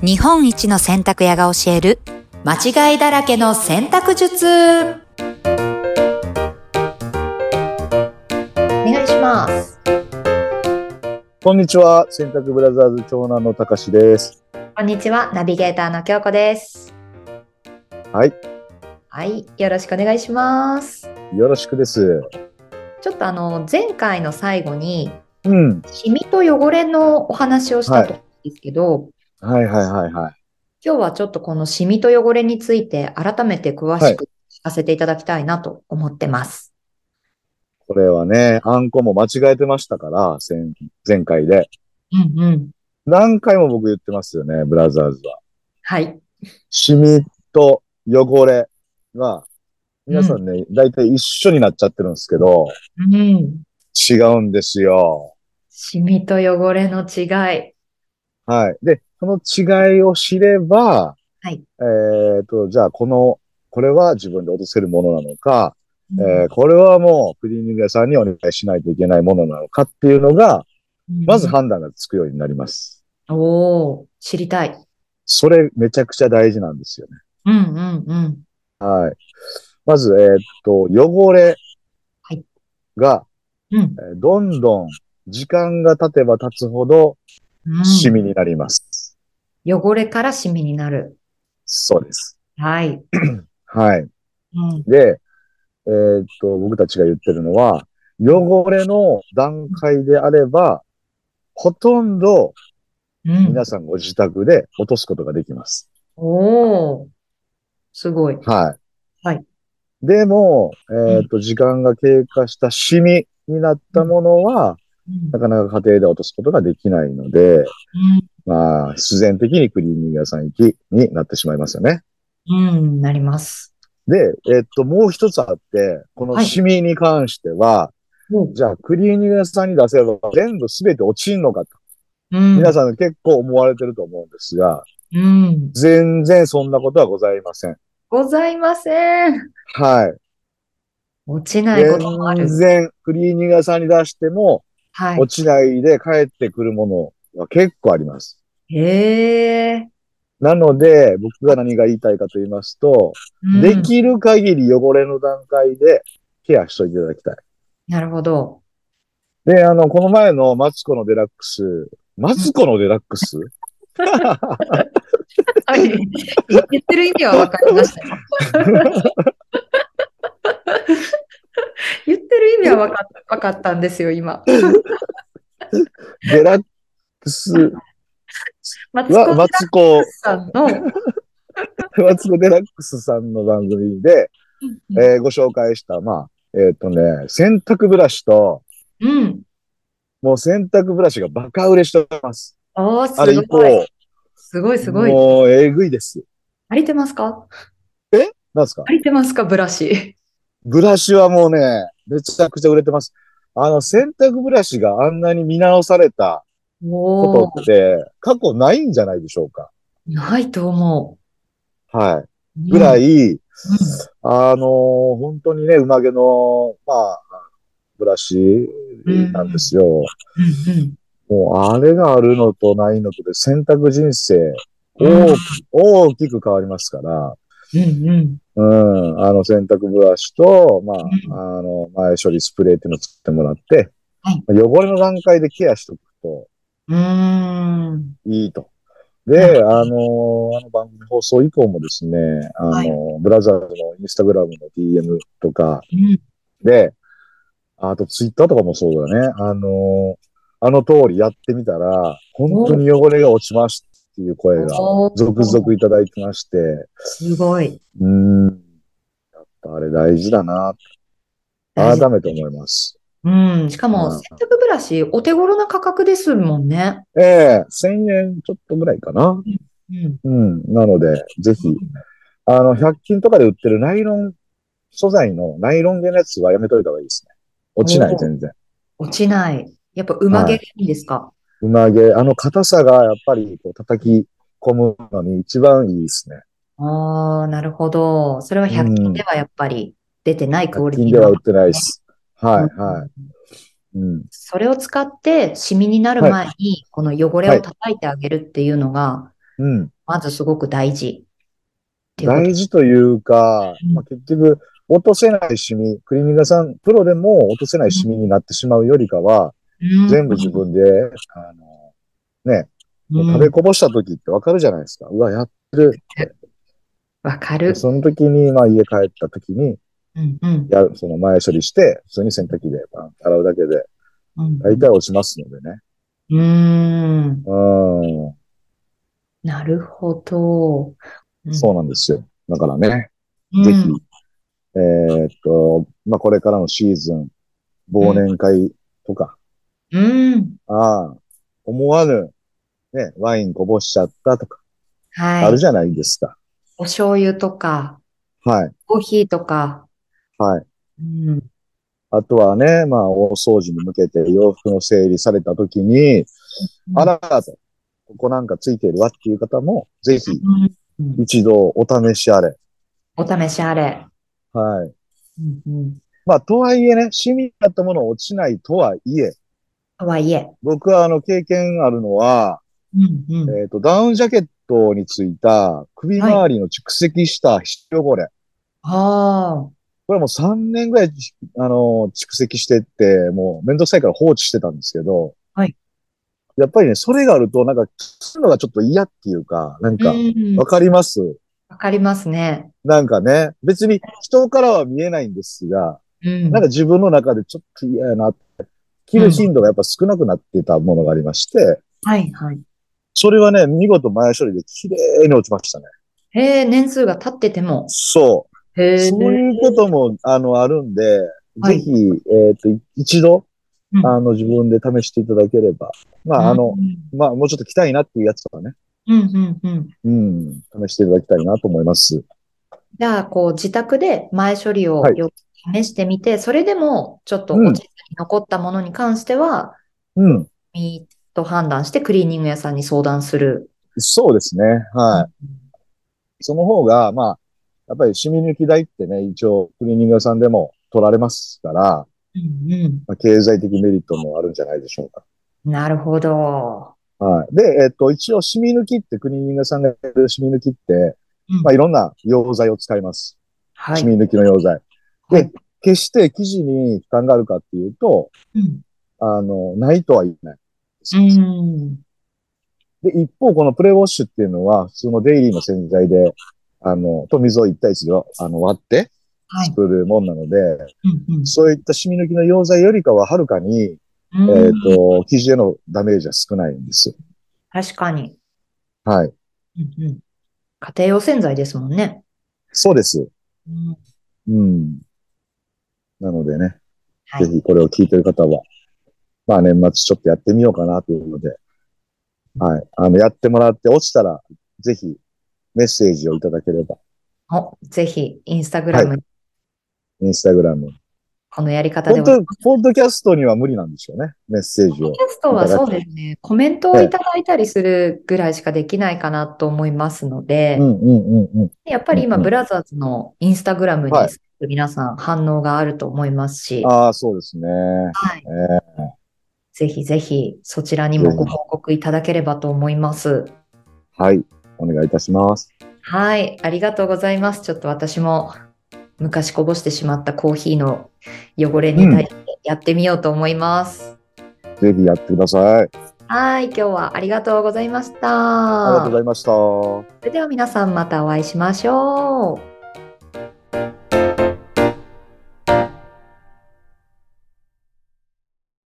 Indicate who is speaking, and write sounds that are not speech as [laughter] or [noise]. Speaker 1: 日本一の洗濯屋が教える間違いだらけの洗濯術
Speaker 2: お願いします。
Speaker 3: こんにちは、洗濯ブラザーズ長男のたかしです。
Speaker 2: こんにちは、ナビゲーターの京子です。
Speaker 3: はい、
Speaker 2: はい、よろしくお願いします。
Speaker 3: よろしくです。
Speaker 2: ちょっとあの前回の最後に
Speaker 3: うん、
Speaker 2: シミと汚れのお話をしたと思うんですけど、
Speaker 3: はいはいはいはい。
Speaker 2: 今日はちょっとこのシミと汚れについて改めて詳しく聞かせていただきたいなと思ってます。
Speaker 3: これはね、あんこも間違えてましたから、前前回で。
Speaker 2: うんうん。
Speaker 3: 何回も僕言ってますよね、ブラザーズは。
Speaker 2: はい。
Speaker 3: シミと汚れが、皆さんね、大体一緒になっちゃってるんですけど、
Speaker 2: うん。
Speaker 3: 違うんですよ。
Speaker 2: シミと汚れの違い。
Speaker 3: はい。で、その違いを知れば、
Speaker 2: はい
Speaker 3: えっと、じゃあこの、これは自分で落とせるものなのか、え
Speaker 2: う
Speaker 3: ーこれはもうクリーニング屋さんにお願いしないといけないものなのかっていうのが、
Speaker 2: ん
Speaker 3: まず判断がつくようになります。
Speaker 2: おお、知りたい。
Speaker 3: それめちゃくちゃ大事なんですよね。
Speaker 2: うんうんうん。
Speaker 3: はい。まず、えーっと、汚れ
Speaker 2: はい
Speaker 3: が、
Speaker 2: うん
Speaker 3: えーどんどん時間が経てば経つほど
Speaker 2: うん
Speaker 3: シミになります。
Speaker 2: 汚れからシミになる。
Speaker 3: そうです。
Speaker 2: はい。
Speaker 3: はい。
Speaker 2: うん。
Speaker 3: で、えーっと、僕たちが言ってるのは、汚れの段階であれば、ほとんど
Speaker 2: うん、
Speaker 3: 皆さんご自宅で落とすことができます。
Speaker 2: おお、すごい。
Speaker 3: はい。
Speaker 2: はい。
Speaker 3: でも、えっ、と、時間が経過したシミになったものは、
Speaker 2: うん
Speaker 3: なかなか家庭で落とすことができないので、まあ、必然的にクリーニング屋さん行きになってしまいますよね。
Speaker 2: うん、うんなります。
Speaker 3: で、えっ、と、もう一つあって、この
Speaker 2: はい
Speaker 3: シミに関しては、
Speaker 2: おう
Speaker 3: じゃあ、クリーニング屋さんに出せば全部全て落ちんのかと、
Speaker 2: うん、
Speaker 3: 皆さん結構思われてると思うんですが、
Speaker 2: うん。
Speaker 3: 全然そんなことはございません。
Speaker 2: ございません。
Speaker 3: はい。
Speaker 2: 落ちないこともある
Speaker 3: 全。然クリーニング屋さんに出しても、
Speaker 2: はい
Speaker 3: 落ちないで帰ってくるものは結構あります。。
Speaker 2: へえ。
Speaker 3: なので、僕が何が言いたいかと言いますと、
Speaker 2: うん
Speaker 3: できる限り汚れの段階でケアしといていただきたい。
Speaker 2: なるほど。
Speaker 3: で、あの、この前のマツコのデラックス、マツコのデラック
Speaker 2: [laughs]
Speaker 3: ス
Speaker 2: はい。 [laughs] 言ってる意味は分かりましたよ。言ってる意味は分かっ分かったんですよ、今。
Speaker 3: デラックス
Speaker 2: マツコ
Speaker 3: は、マツコ、
Speaker 2: さんの、
Speaker 3: マツコデラックスさんの番組で、えーご紹介した、まあ、えっ、とね、洗濯ブラシと、
Speaker 2: うん。
Speaker 3: もう洗濯ブラシがバカ売れしてます。
Speaker 2: おー、す
Speaker 3: あれ以降
Speaker 2: ご、い。すごい、すごい。
Speaker 3: もう、えぐいです。
Speaker 2: 足りてますか
Speaker 3: なんですか
Speaker 2: 足りてますかブラシ。
Speaker 3: ブラシはもうね、めちゃくちゃ売れてます。あの、洗濯ブラシがあんなに見直された
Speaker 2: お
Speaker 3: こ
Speaker 2: ー
Speaker 3: とって、過去ないんじゃないでしょうか。
Speaker 2: ないと思
Speaker 3: は
Speaker 2: う。
Speaker 3: い。ぐら
Speaker 2: い。
Speaker 3: い、あのー本当にね、馬毛の、まあ、ブラシなんですよ。
Speaker 2: うんうん
Speaker 3: もう、あれがあるのとないのとで、洗濯人生、
Speaker 2: うん
Speaker 3: 大き大きく変わりますから、
Speaker 2: うんうん
Speaker 3: うん、あの、洗濯ブラシと、まあ、あの、前処理スプレーっていうのを作ってもらって、
Speaker 2: はい
Speaker 3: 汚れの段階でケアしとくと、
Speaker 2: うーん。
Speaker 3: いいと。で、あのーあの番組放送以降もですね、あのー
Speaker 2: はい
Speaker 3: ブラザーズのインスタグラムの DM とか
Speaker 2: うん
Speaker 3: で、あとツイッターとかもそうだね、あのーあの通りやってみたら、本当に汚れが落ちますっていう声が
Speaker 2: おー
Speaker 3: 続々いただいてまして、
Speaker 2: すごい。
Speaker 3: うーん、やっぱあれ大事だな、
Speaker 2: 大
Speaker 3: 改
Speaker 2: 事
Speaker 3: めて思います。
Speaker 2: うん。しかも、
Speaker 3: うん
Speaker 2: 洗濯ブラシ、お手頃な価格ですもんね。
Speaker 3: ええ1000円ちょっとぐらいかな。
Speaker 2: うん。
Speaker 3: うん、なので、ぜひ、あの、100均とかで売ってるナイロン素材のナイロン毛のやつはやめといた方がいいですね。落ちな
Speaker 2: お
Speaker 3: い、
Speaker 2: ー
Speaker 3: 全然。
Speaker 2: 落ちない。やっぱ、馬毛がいいんですか、
Speaker 3: 馬毛、あの硬さがやっぱりこう叩き込むのに一番いいですね。
Speaker 2: ああ、なるほど。それは100均ではやっぱり出てないクオ
Speaker 3: 100
Speaker 2: リティ
Speaker 3: 均では
Speaker 2: の
Speaker 3: 売ってないです。はい、
Speaker 2: うん
Speaker 3: はい。うん、
Speaker 2: それを使ってシミになる前にこの汚れを叩いてあげるっていうのが
Speaker 3: うん、
Speaker 2: まずすごく大事。っていうこと
Speaker 3: 大事というか
Speaker 2: う、ん
Speaker 3: まあ、結局、落とせないシミ、クリーニング屋さん、プロでも落とせないシミになってしまうよりかは、
Speaker 2: うん
Speaker 3: 全部自分で、あの、
Speaker 2: うん
Speaker 3: 食べこぼした時ってわかるじゃないですか。うわ、やってる。
Speaker 2: わかる。
Speaker 3: その時に、まあ家帰った時に、
Speaker 2: うんうん
Speaker 3: やる、その前処理して、普通に洗濯機でバンって洗うだけで、
Speaker 2: うん
Speaker 3: 大体落ちますのでね。
Speaker 2: うーん。
Speaker 3: うん。
Speaker 2: なるほど。うん
Speaker 3: そうなんですよ。だからね、
Speaker 2: うん
Speaker 3: ぜひ、えーっと、まあ、これからのシーズン、忘年会とか、
Speaker 2: うん。
Speaker 3: ああ、思わぬ、ね、ワインこぼしちゃったとか、あ
Speaker 2: は
Speaker 3: る
Speaker 2: い。
Speaker 3: じゃないですか。
Speaker 2: お醤油とか、
Speaker 3: はい、
Speaker 2: コーヒーとか。
Speaker 3: はい。
Speaker 2: うん。
Speaker 3: あとはね、まあ、大掃除に向けて洋服の整理された時に、あららと、ここなんかついてるわっていう方も、ぜひ、
Speaker 2: うんうん
Speaker 3: 一度お試しあれ。
Speaker 2: お試しあれ。
Speaker 3: はい。
Speaker 2: うんうん
Speaker 3: まあ、とはいえね、趣味だったもの落ちないとはいえ、
Speaker 2: とはいえ。
Speaker 3: 僕はあの、経験あるのは、
Speaker 2: うんうん
Speaker 3: えっ、と、ダウンジャケットについた首周りの蓄積した皮脂汚れ。
Speaker 2: ああ。
Speaker 3: これもう3年ぐらい、あの、蓄積してって、もうめんどくさいから放置してたんですけど。
Speaker 2: はい。
Speaker 3: やっぱりね、それがあると、なんか、するのがちょっと嫌っていうか、なんか
Speaker 2: う、ん
Speaker 3: わかります
Speaker 2: わかりますね。
Speaker 3: なんかね、別に人からは見えないんですが、
Speaker 2: うん。
Speaker 3: なんか自分の中でちょっと嫌やなって、着る頻度がやっぱ少なくなってたものがありまして、
Speaker 2: はいはい。
Speaker 3: それはね、見事前処理で綺麗に落ちましたね。
Speaker 2: へえ、年数が経ってても。
Speaker 3: そう。
Speaker 2: へえ。
Speaker 3: そういうことも、あの、あるんで、
Speaker 2: はい
Speaker 3: ぜひ、えっ、と、い一度
Speaker 2: う、ん
Speaker 3: あの、自分で試していただければ。まあ、あの
Speaker 2: う、ん
Speaker 3: まあ、もうちょっと着たいなっていうやつはね、
Speaker 2: うんうんうん。
Speaker 3: うん、試していただきたいなと思います。
Speaker 2: じゃあ、こう、自宅で前処理を
Speaker 3: はい
Speaker 2: よく試してみて、それでも、ちょっと
Speaker 3: うん
Speaker 2: 落ちに残ったものに関しては、
Speaker 3: うん、
Speaker 2: ミーと判断してクリーニング屋さんに相談する。
Speaker 3: そうですね。はい。その方が、まあ、やっぱり染み抜き代ってね、一応、クリーニング屋さんでも取られますから、
Speaker 2: うんうん。
Speaker 3: まあ、経済的メリットもあるんじゃないでしょうか。
Speaker 2: なるほど。
Speaker 3: はい。で、えっ、と、一応、染み抜きって、クリーニング屋さんがやる染み抜きって、
Speaker 2: うん
Speaker 3: まあ、いろんな溶剤を使います。
Speaker 2: はい。
Speaker 3: 染み抜きの溶剤。
Speaker 2: は
Speaker 3: で
Speaker 2: い、
Speaker 3: 決して生地に負担があるかっていうと、
Speaker 2: うん。
Speaker 3: あの、ないとは言えない。
Speaker 2: うん。
Speaker 3: で、一方、このプレウォッシュっていうのは、普通のデイリーの洗剤で、あの、と水を1対1でわあの割って
Speaker 2: はい。
Speaker 3: 作るもんなので、
Speaker 2: うんうん。
Speaker 3: そういった染み抜きの溶剤よりかははるかに、えっ、
Speaker 2: うん
Speaker 3: と、生地へのダメージは少ないんです。
Speaker 2: 確かに。
Speaker 3: はい。
Speaker 2: うんうん。家庭用洗剤ですもんね。
Speaker 3: そうです。
Speaker 2: うん。
Speaker 3: うん。なのでね、
Speaker 2: はい
Speaker 3: ぜひこれを聞いてる方は、まあ年末ちょっとやってみようかなというので、はい。あの、やってもらって落ちたら、ぜひメッセージをいただければ、
Speaker 2: お、ぜひ、インスタグラム、
Speaker 3: インスタグラム。
Speaker 2: このやり方で
Speaker 3: 本
Speaker 2: は。
Speaker 3: 当ポッドキャストには無理なんでしょうね、メッセージ
Speaker 2: ポッ
Speaker 3: を
Speaker 2: ド。キャストはそうですね、コメントをいただいたりするぐらいしかできないかなと思いますので
Speaker 3: うん、うんうんうん。
Speaker 2: やっぱり今、ブラザーズのインスタグラムに
Speaker 3: はい
Speaker 2: 皆さん反応があると思いますし、
Speaker 3: ああ、そうですね。
Speaker 2: はい
Speaker 3: えー
Speaker 2: ぜひぜひそちらにもご報告いただければと思います。
Speaker 3: はい。お願いいたします。
Speaker 2: はい、ありがとうございます。ちょっと私も昔こぼしてしまったコーヒーの汚れに対してやってみようと思います。
Speaker 3: ぜひやってください。
Speaker 2: はい、今日はありがとうございまし
Speaker 3: あ
Speaker 2: た
Speaker 3: りがとうご。ざいました。
Speaker 2: それでは皆さんまたお会いしましょう。